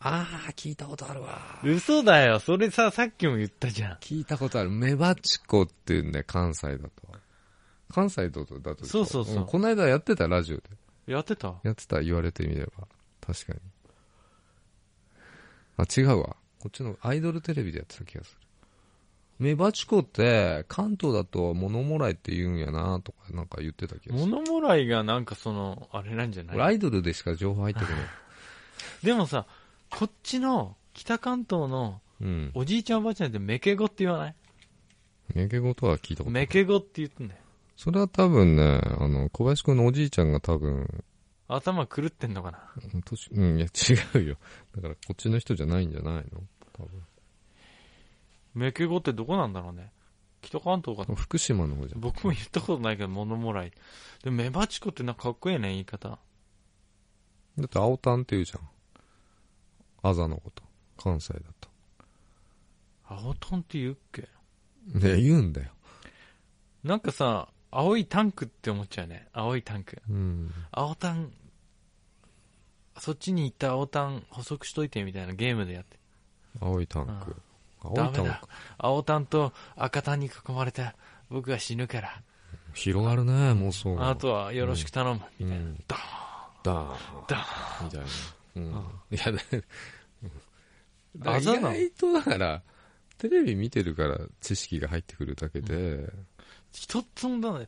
あー、聞いたことあるわ。嘘だよ。それさ、さっきも言ったじゃん。聞いたことある。メバチコって言うんだよ、関西だと。関西だと、だとでしょ。そうそうそうんこの間やってた、ラジオで。やってたやってた、言われてみれば。確かに。あ、違うわ。こっちのアイドルテレビでやってた気がする。メバチコって、関東だと物もらいって言うんやなとか、なんか言ってた気がする。物もらいがなんかその、あれなんじゃない俺アイドルでしか情報入ってこない。でもさ、こっちの北関東のうん。おじいちゃんおばあちゃんってメケゴって言わないメケゴとは聞いたことないメケゴって言ってんだよ。それは多分ね、あの、小林くんのおじいちゃんが多分、頭狂ってんのかなうん年、うん、いや違うよ。だからこっちの人じゃないんじゃないの多メケゴってどこなんだろうね北関東か分。福島の方じゃん。僕も言ったことないけど、物もらい。でもメバチコってなんかかっこいいね、言い方。だって青タンって言うじゃん。あざのこと。関西だと。青タンって言うっけね、言うんだよ。なんかさ、青いタンクって思っちゃうね。青いタンク。うん。青タン、そっちに行った青タン補足しといてみたいなゲームでやって。青いタンク。青いダメタンクだ。。青タンと赤タンに囲まれた僕が死ぬから。広がるね、妄想が。あとはよろしく頼む。みたいな。うんダーだンダーンみたいな。うん。いや、ね、あざなの意外とだから、テレビ見てるから知識が入ってくるだけで、一つもダメ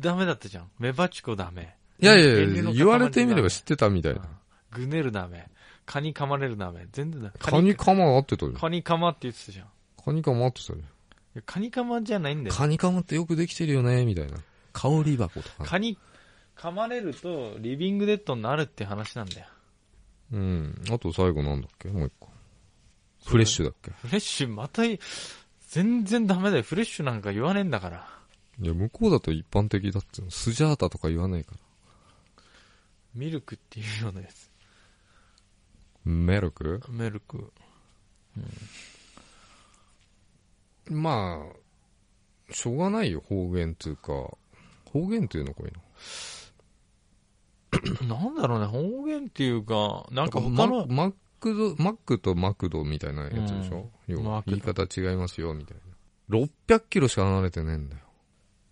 ダメだったじゃん。メバチコダメ。いやいや電流いのや、塊言われてみれば知ってたみたいダメな。うんぐねるダメ。蚊に噛まれるダメ。全然ダメ。カニカマ合ってたよ。蚊に噛まって言ってたじゃんいカニカマ合ってたよ。や。蚊に噛まじゃないんだよ。カニカマってよくできてるよね、みたいな。香り箱とか。蚊に噛まれるとリビングデッドになるって話なんだよ。うん。あと最後なんだっけもう一個。フレッシュだっけフレッシュまたい、全然ダメだよ。フレッシュなんか言わねえんだから。いや、向こうだと一般的だって。スジャータとか言わないから。ミルクっていうようなやつ。メルクメルク。 まあ、しょうがないよ、方言っていうか。方言っていうのこういうの。なんだろうね、方言っていうか、なんかマ他の、マックド、マックとマクドみたいなやつでしょ、うん要マはクド言い方違いますよ、みたいな。600キロしか離れてねえんだよ。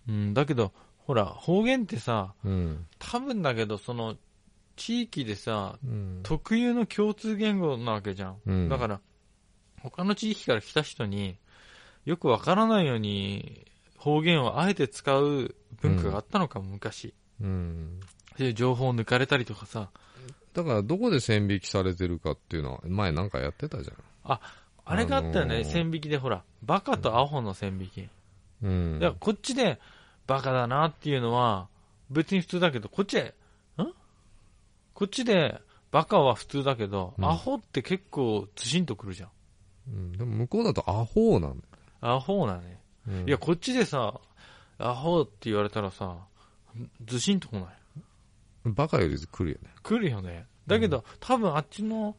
うん、だけど、ほら、方言ってさ、うん。多分だけど、その、地域でさ、うん。特有の共通言語なわけじゃん。うんだから、他の地域から来た人に、よくわからないように方言をあえて使う文化があったのかも、昔。うん。で、情報を抜かれたりとかさ、だから、どこで線引きされてるかっていうのは、前なんかやってたじあれがあったよね、あのー線引きでほら、バカとアホの線引き。ゃん。うん。だからこっちでバカだなっていうのは別に普通だけどこっちでんこっちでバカは普通だけど、うんアホって結構ずしんとくるじゃんうんでも、向こうだとアホなんだアホだね、よ。うんいや、こっちでさアホって言われたらさずしんとこないバカより来るよね。来るよねだけど、多分あっちの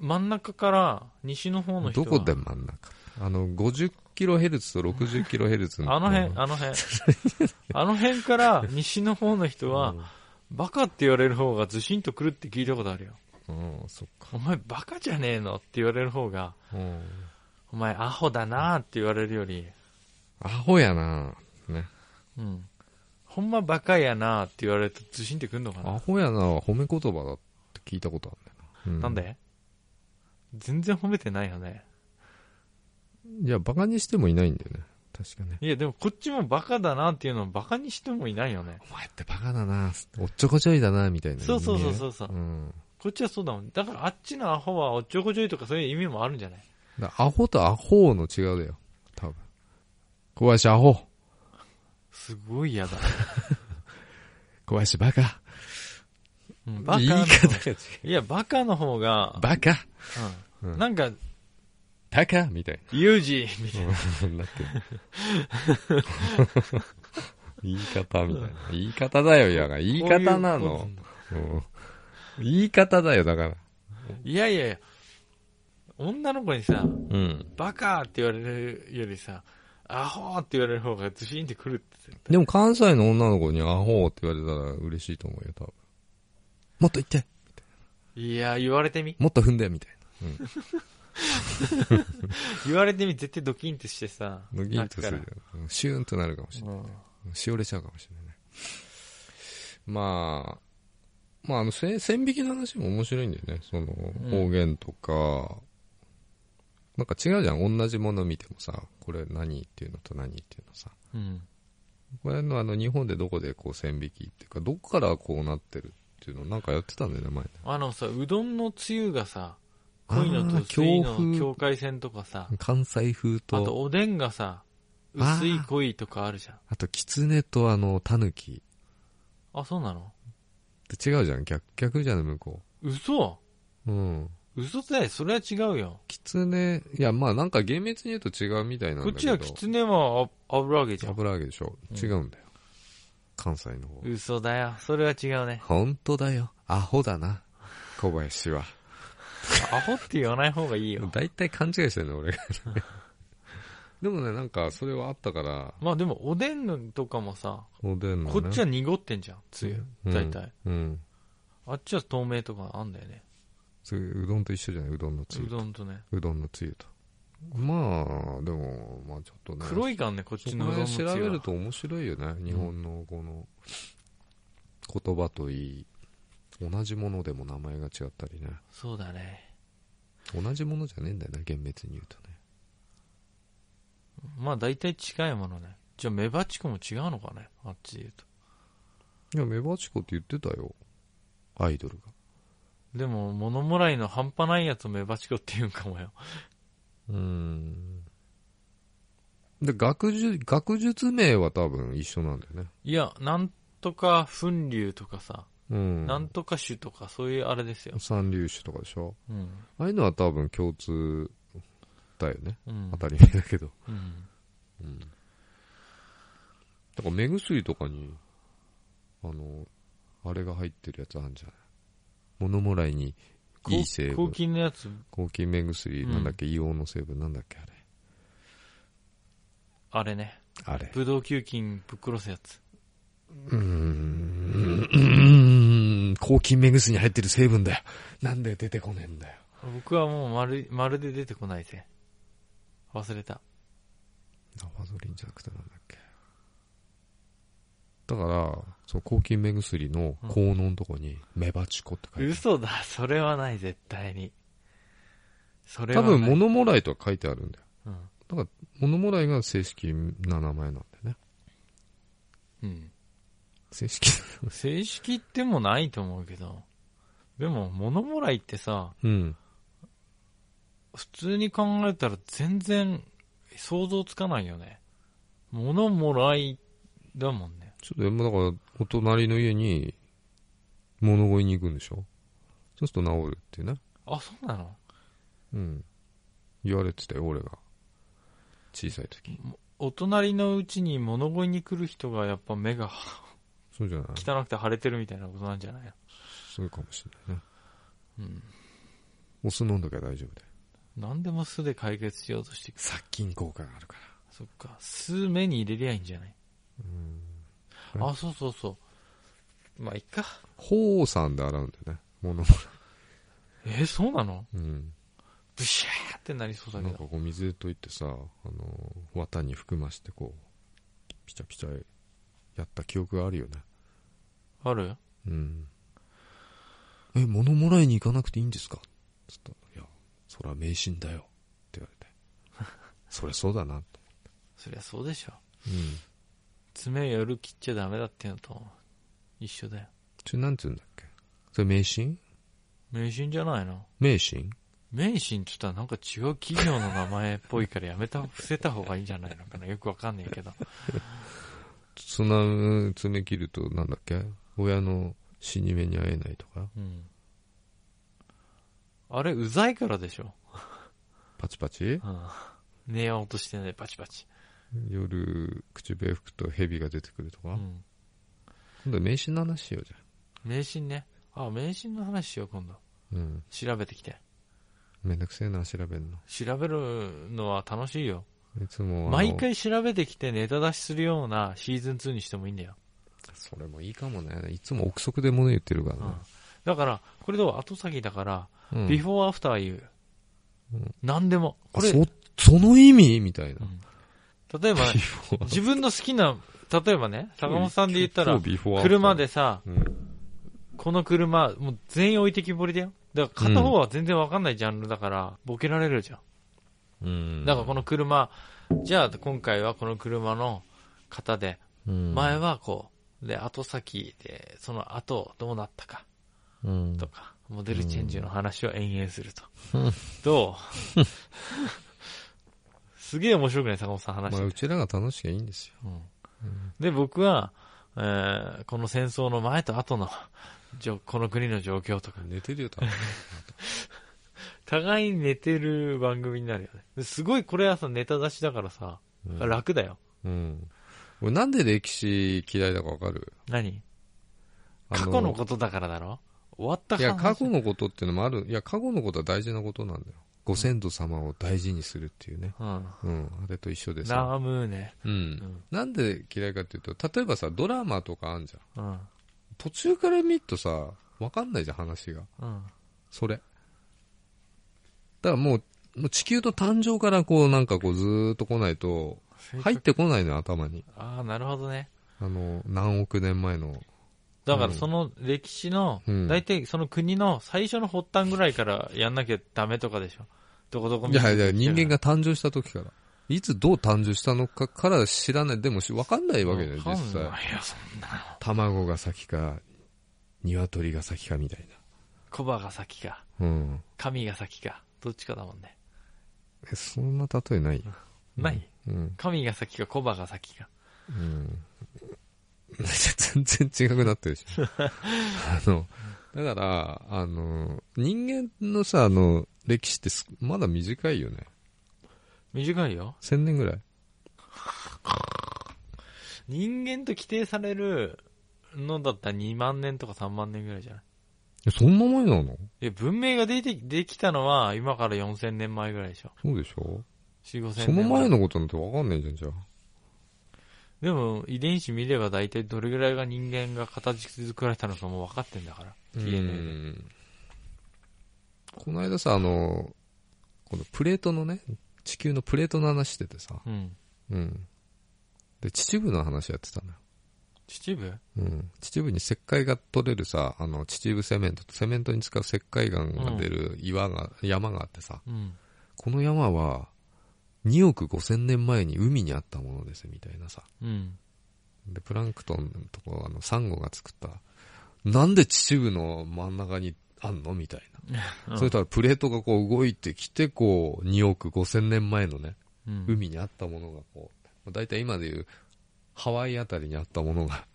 真ん中から西の方の人どはこで真ん中あの、50kHz と 60kHz の。あの辺、あの辺。あの辺から西の方の人は、バカって言われる方がずしんとくるって聞いたことあるよ。うん、うん、そっか。お前バカじゃねえのって言われる方が、うん。お前アホだなって言われるより、アホやなね。うん。ほんまバカやなって言われるとずしんってくんのかアなホやなは褒め言葉だって聞いたことあるんだよな。なうんで全然褒めてないよね。いや、バカにしてもいないんだよね。確かね。いやでもこっちもバカだなっていうのをバカにしてもいないよね。お前ってバカだなおっちょこちょいだなみたいな。そうそうそうそうそううん。こっちはそうだもん。だからあっちのアホはおっちょこちょいとかそういう意味もあるんじゃないだからアホとアホの違うだよ。多分。小林アホ。すごい嫌だ。小林バカ。うん、バカ言いの方が違う。いや、バカの方が、バカ。うんうんなんか、タカみたいな。ユージみたいな。なってる言い方みたいな。言い方だよ、いやが。言い方なこのういう。うん言い方だよ、だから。いやいやいや、女の子にさ、うん。バカって言われるよりさ、アホって言われる方がズシンってくるって絶対でも関西の女の子にアホって言われたら嬉しいと思うよ、多分。もっと言って、いや、言われてみ。もっと踏んで、みたい言われてみ、絶対ドキンってしてさ。な。ドキンとするよ泣くか。うんシューンとなるかもしれら。ない。うんしおれちゃうかもしれないね。まあ、まあ、あの、せ線引きの話も面白いんだよね。その、方言とか、なんか違うじゃん。同じもの見てもさ、これ何っていうのと何っていうのさ。うん。これのあの、日本でどこでこう線引きっていうか、どこからこうなってるっていうのなんかやってたんだよね、前ね。あのさ、うどんのつゆがさ、濃いのあとー薄いの強境界線とかさ、関西風あと、あとと、おでんがさ、あー薄い濃いとかあるじゃん。狐とあの、狸あ、そうなのって違うじゃん。逆、逆じゃん、向こ嘘う。うん。嘘だよ。それは違うよ。狐、いや、まあなんか厳密に言うと違うみたいなんこだけど。っちは狐はあ油揚げじゃん。油揚げでしょ、うん違うんだよ関西の方嘘だよ。それは違 うね。本当だよアホだな小林はアホって言わない方がいいよ。大体勘違いしてるね 俺がでもねなんかそれはあったからまあでも、おでんとかもさ、おでんの、ね、こっちは濁ってんじゃん、つゆ。うん大体。うんあっちは透明とかあんだよね。それうどんと一緒じゃないうどんのつゆうどんとね。うどんのつゆとまあでもまあちょっとね黒いいからね、こっそちこのうどんらの辺つゆ調は。べると面白いよね日本のこの言葉といい同じものでも名前が違ったりねそうだね。同じものじゃねえんだよな厳密に言うとねまあ大体近いものね。じゃあ、メバチコも違うのかね、あっちで言うと。いや、メバチコって言ってたよ。アイドルが。でも、物もらいの半端ないやつをメバチコって言うんかもよ。うん。で、学術、学術名は多分一緒なんだよね。いや、なんとか粉流とかさ、うん。なんとか種とか、そういうあれですよ。三流種とかでしょ。うん。ああいうのは多分共通だよね。うん当。たり前だけど。うん。うん。だから目薬とかに、あの、あれが入ってるやつあるんじゃない物もらいにいい成抗分。菌のやつ、抗菌目薬、なんだっけ、硫黄の成分、なんだっけ、あれ。あれね。あれ。ブドウ球菌ぶっ殺すやつ。うーんうーん抗菌目薬に入ってる成分だよ。なんで出てこねえんだよ。僕はもうまる、まるで出てこないぜ。忘れた。ワゾリンじゃなくてなんだっけ。だから、その抗菌目薬の効能のとこに、メバチコって書いてある。嘘だ、それはない、絶対に。それ多はない。分、物もらいとは書いてあるんだよ。うんだから、物もらいが正式な名前なんだよね。うん。正式。正式ってもないと思うけど。でも、物もらいってさ、うん。普通に考えたら全然想像つかないよね。物もらいだもんね。ちょっと、まあだから、お隣の家に、物乞いに行くんでしょそうすると治るっていうね。あ、そうなのうん。言われてたよ、俺が。小さい時。お隣のうちに物乞いに来る人がやっぱ目がそうじゃない汚くて腫れてるみたいなことなんじゃないのそうかもしれないね。うん。お酢飲んどきゃ大丈夫だよ。何でも酢で解決しようとしてくる。殺菌効果があるから。そっか。酢目に入れりゃいいんじゃないうんあ、そうそうそう。まあ、いっか。ほうさんで洗うんだよね。物も。えーそうなのうん。ブシャーってなりそうだなけんかど。こう水といってさ、あの、綿に含ましてこう、ピチャピチャやった記憶があるよね。あるうん。え、物もらいに行かなくていいんですかつったらいや、そりゃ迷信だよ。って言われて。 そりゃそうだな、と。そりゃそうでしょ。うん。爪夜切っちゃダメだっていうのと一緒だよ。ちょ、なんつうんだっけそれ迷信迷信じゃないの迷信迷信って言ったらなんか違う企業の名前っぽいからやめた、伏せた方がいいんじゃないのかなよくわかんないけど。そんなうん爪切るとなんだっけ親の死に目に会えないとかうん。あれ、うざいからでしょ。パチパチうん。寝ようとしてね、パチパチ。夜口笛吹くと蛇が出てくるとか、うん。今度迷信の話しようじ迷信ね。あ、迷信の話しよう、今度。ゃんうん調べてきて。めんどくせえな調べんの調べるのは楽しいよ。いつもあの毎回調べてきてネタ出しするようなシーズン2にしてもいいんだよ。それもいいかもねいつも憶測で物言ってるからうねん、。だから、これでは後先だから、うんビフォーアフター言ううん。何でも。これ、あそその意味みたいな、うん 例えばね、ビフォー自分の好きな、例えばね、坂本さんで言った今ら日、ビフォーアフター車でさ、うんこの車、もう全員置いてきぼりだよ。だから片方は全然わかんないジャンルだから、ボケられるじゃん。うんだからこの車、じゃあ今回はこの車の型で、うん前はこう、で、後先で、その後どうなったかうんとか、モデルチェンジの話を延々するとうん。どう すげえ面白くない坂本さん話ましあてうてちらが楽しきゃいいんですうよんで、僕は、えーこの戦争の前と後の、じょこの国の状況とか、寝てる よ多分互いに寝てる番組になるよね。ですごいこれはさ、ネタ出しだからさ、うん楽だよ。うん。俺なんで歴史嫌いだかわかる何あ過去のことだからだろ終わったいや、話過去のことっていうのもある。いや、過去のことは大事なことなんだよ。ご先祖様を大事にするっていうね。うん。うん。あれと一緒でさ。ラームーね。う。うんん。なんで嫌いかっていうと、例えばさ、ドラマとかあんじゃん。うん。途中から見っとさ、わかんないじゃん、話が。うん。それ。だからもう、もう地球の誕生からこう、なんかこう、ずーっと来ないと、入ってこないのよ、頭に。ああ、なるほどね。あの、何億年前の。だからその歴史の、うん大体その国の最初の発端ぐらいからやんなきゃダメとかでしょ。どこどこいやいや、人間が誕生した時から。いつどう誕生したのかから知らない。でもし、わかんないわけだよ、実わかん際。ないよ、そんな。卵が先か、鶏が先かみたいコバが先か、な。うん。神が先か、どっちかだもんね。え、そんな例えないよないうん。神が先か、コバが先か。うん。全然違くなってるでしょ。あの、だから、あの、人間のさ、あの、歴史ってすまだ短いよね。短いよ。 1000年ぐらい。人間と規定されるのだったら2万年とか3万年ぐらいじゃないえそんな前なのえ、文明が出て、できたのは今から4000年前ぐらいでしょ。そうでしょ4、5000年その前のことなんてわかんないじゃん、じゃあ。でも、遺伝子見れば大体どれぐらいが人間が形作られたのかもう分かってんだから。DNA で。うんこの間さ、あの、このプレートのね、地球のプレートの話しててさ、うん。うん。で、秩父の話やってたのよ。秩父うん。秩父に石灰が取れるさ、あの、秩父セメントとセメントに使う石灰岩が出る岩が、山があってさ、うん。この山は、 2億5千年前に海にあったものですみたいなさ。うん。で、プランクトンとか、あの、サンゴが作った、なんで地中の真ん中にあんのみたいな。それとはプレートがこう動いてきて、こう、2億5千年前のね、うん、海にあったものがこう、だいたい今でいう、ハワイあたりにあったものが、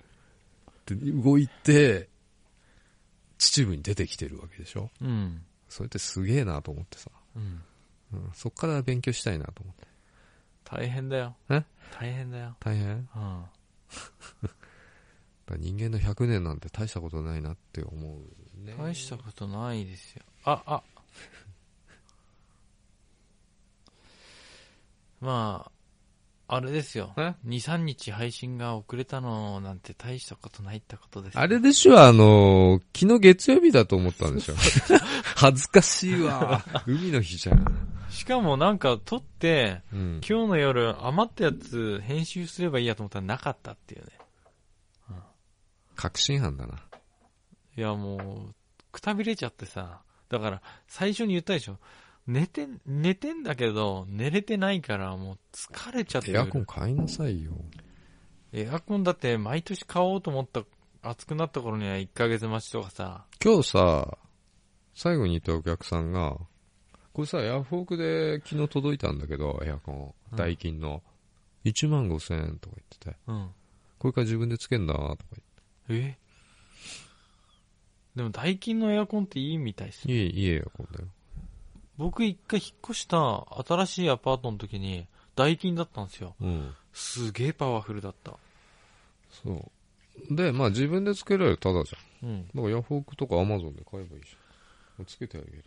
で動いて、地中部に出てきてるわけでしょうん。それってすげえなと思ってさ。うん。うん、そっから勉強したいなと思って。大変だよ。え大変だよ。大変うん。だから人間の100年なんて大したことないなって思うね。大したことないですよ。あ、あ。 まあ、あれですよ。え2、3日配信が遅れたのなんて大したことないってことです。あれでしょ、あの、昨日月曜日だと思ったんでしょ。恥ずかしいわ。海の日じゃん。しかもなんか撮って、うん。今日の夜余ったやつ編集すればいいやと思ったらなかったっていうね。確信犯だな。いやもう、くたびれちゃってさ。だから、最初に言ったでしょ。寝て、寝てんだけど、寝れてないからもう疲れちゃってエる。アコン買いなさいよ。エアコンだって毎年買おうと思った、暑くなった頃には1ヶ月待ちとかさ。今日さ、最後にいたお客さんが、これさ、ヤフオクで昨日届いたんだけど、エアコン、うんダイキンの。1万5千円とか言ってて、うん。これから自分でつけんだとか言っえでもダイキンのエアコンっていいみたいですて。。いい、いいエアコンだよ。僕一回引っ越した新しいアパートの時に、ダイキンだったんですよ。うん。すげえパワフルだった。そう。で、まあ自分でつけられるただじゃん。うん。だからヤフオクとかアマゾンで買えばいいじゃん。つけてあげるよ。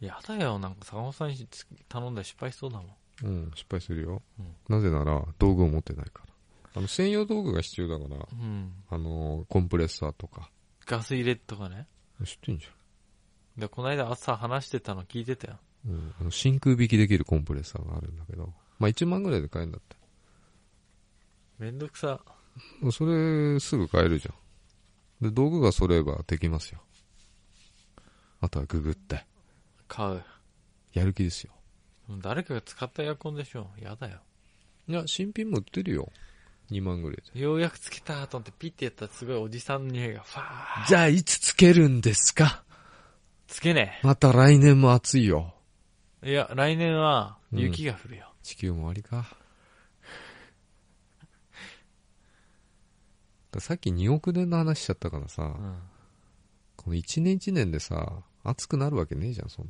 やだよ、なんか坂本さんに頼んだら失敗しそうだもん。うん、失敗するよ。うんなぜなら、道具を持ってないから。あの、専用道具が必要だから、うん。あのーコンプレッサーとか。ガス入れとかね。知ってんじで、この間朝話してたの聞いてたよ。ゃん。うん、あの真空引きできるコンプレッサーがあるんだけど、まあ1万ぐらいで買えるんだって。めんどくさ。もうそれ、すぐ買えるじゃん。で、道具が揃えばできますよ。あとはググって。買う。やる気ですよ。もう誰かが使ったエアコンでしょ。やだよ。いや、新品も売ってるよ。2万ぐらいで。ようやくつけたと思ってピッてやったらすごいおじさんの匂いがファーじゃあいつつけるんですかつけねまた来年も暑いよ。え。いや、来年は雪が降るよ。地球も終わりか。だからさっき2億年の話しちゃったからさ、うん。この1年1年でさ、暑くなるわけねえじゃん、そん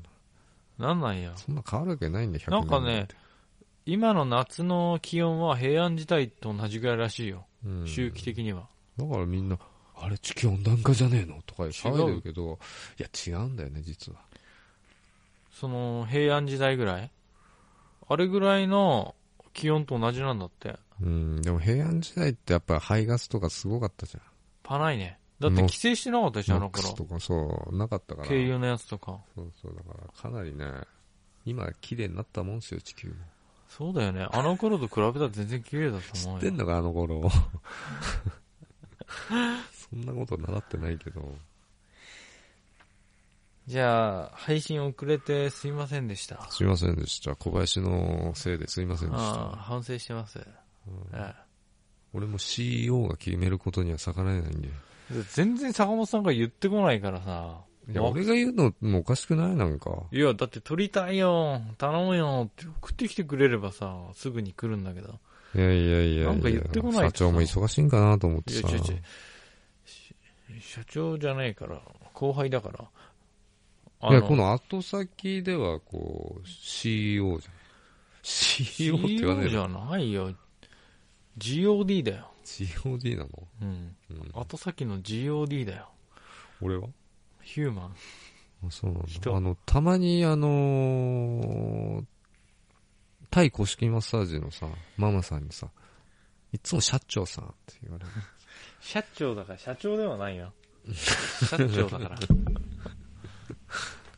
な。なんなんよ。そんな変わるわけないんだ、100な年んかねて、今の夏の気温は平安時代と同じぐらいらしいよ。うん周期的には。だからみんな、あれ地球温暖化じゃねえのとか騒いでるけど、いや違うんだよね、実は。その、平安時代ぐらいあれぐらいの気温と同じなんだって。うん、でも平安時代ってやっぱ排ガスとかすごかったじゃん。パないね。だってノッ規制してなかったでしょ、あノのックスと頃。かそう、なかったから。軽油のやつとか。そうそう、だからかなりね、今綺麗になったもんですよ、地球も。そうだよね。あの頃と比べたら全然綺麗だと思知っうてよん。のか、あの頃。 そんなこと習ってないけど。じゃあ、配信遅れてすいませんでした。すいませんでした。小林のせいですいませんでしああた。反省してます、え俺も CEO が決めることには逆らえないんで。え全然坂本さんが言ってこないからさいや、ま俺が言うのもおかしくないなんか。いやだって撮りたいよ頼むよって送ってきてくれればさすぐに来るんだけどいやいやいやいや。なんか言ってこないとさ社長も忙しいんかなと思っていやさ。ちょちょし社長じゃないから後輩だからあいや、この後先ではこう、CEO じゃん。CEO って言 CEO わねえじのゃないよ GOD だよ ?GOD なのうんうん。後先の GOD だよ俺はヒューマンあそうなんだ。人あの、たまにあのータイ古式マッサージのさ、ママさんにさ、いつも社長さんって言われる。社長だから社長ではないよ社長だか ら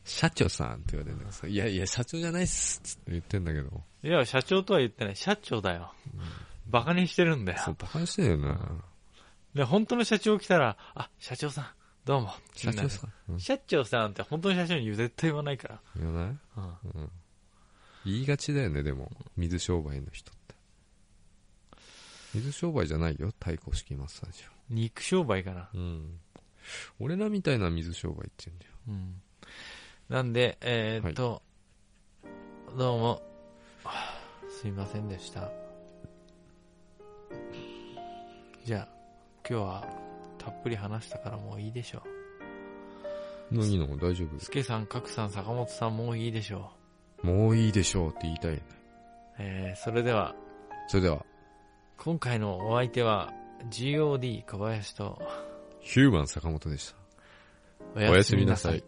社長さんって言われるんだけどさ、いやいや、社長じゃないっすっつって言ってんだけど、いや、社長とは言ってない。社長だよ。バカにしてるんだそうよ。バカにしてるよね。で、本当の社長来たら、あ、社長さん、どうも。社長さん。うん社長さんって本当の社長に言う絶対言わないから。言わないうん。うん。言いがちだよね、でも。水商売の人って。水商売じゃないよ、太鼓式マッサージは。肉商売かな。うん。俺らみたいな水商売って言うんだよ。うん。なんで、えーっと、どうも、はあすいませんでした。じゃあ、今日はたっぷり話したからもういいでしょのいいの大丈夫う。すけさん、かくさん、坂本さんもういいでしょもういいでしょうって言いたいよね。う。えー、それでは、それでは、今回のお相手は、GOD 小林と、ヒューマン坂本でした。おおやすみなさい。。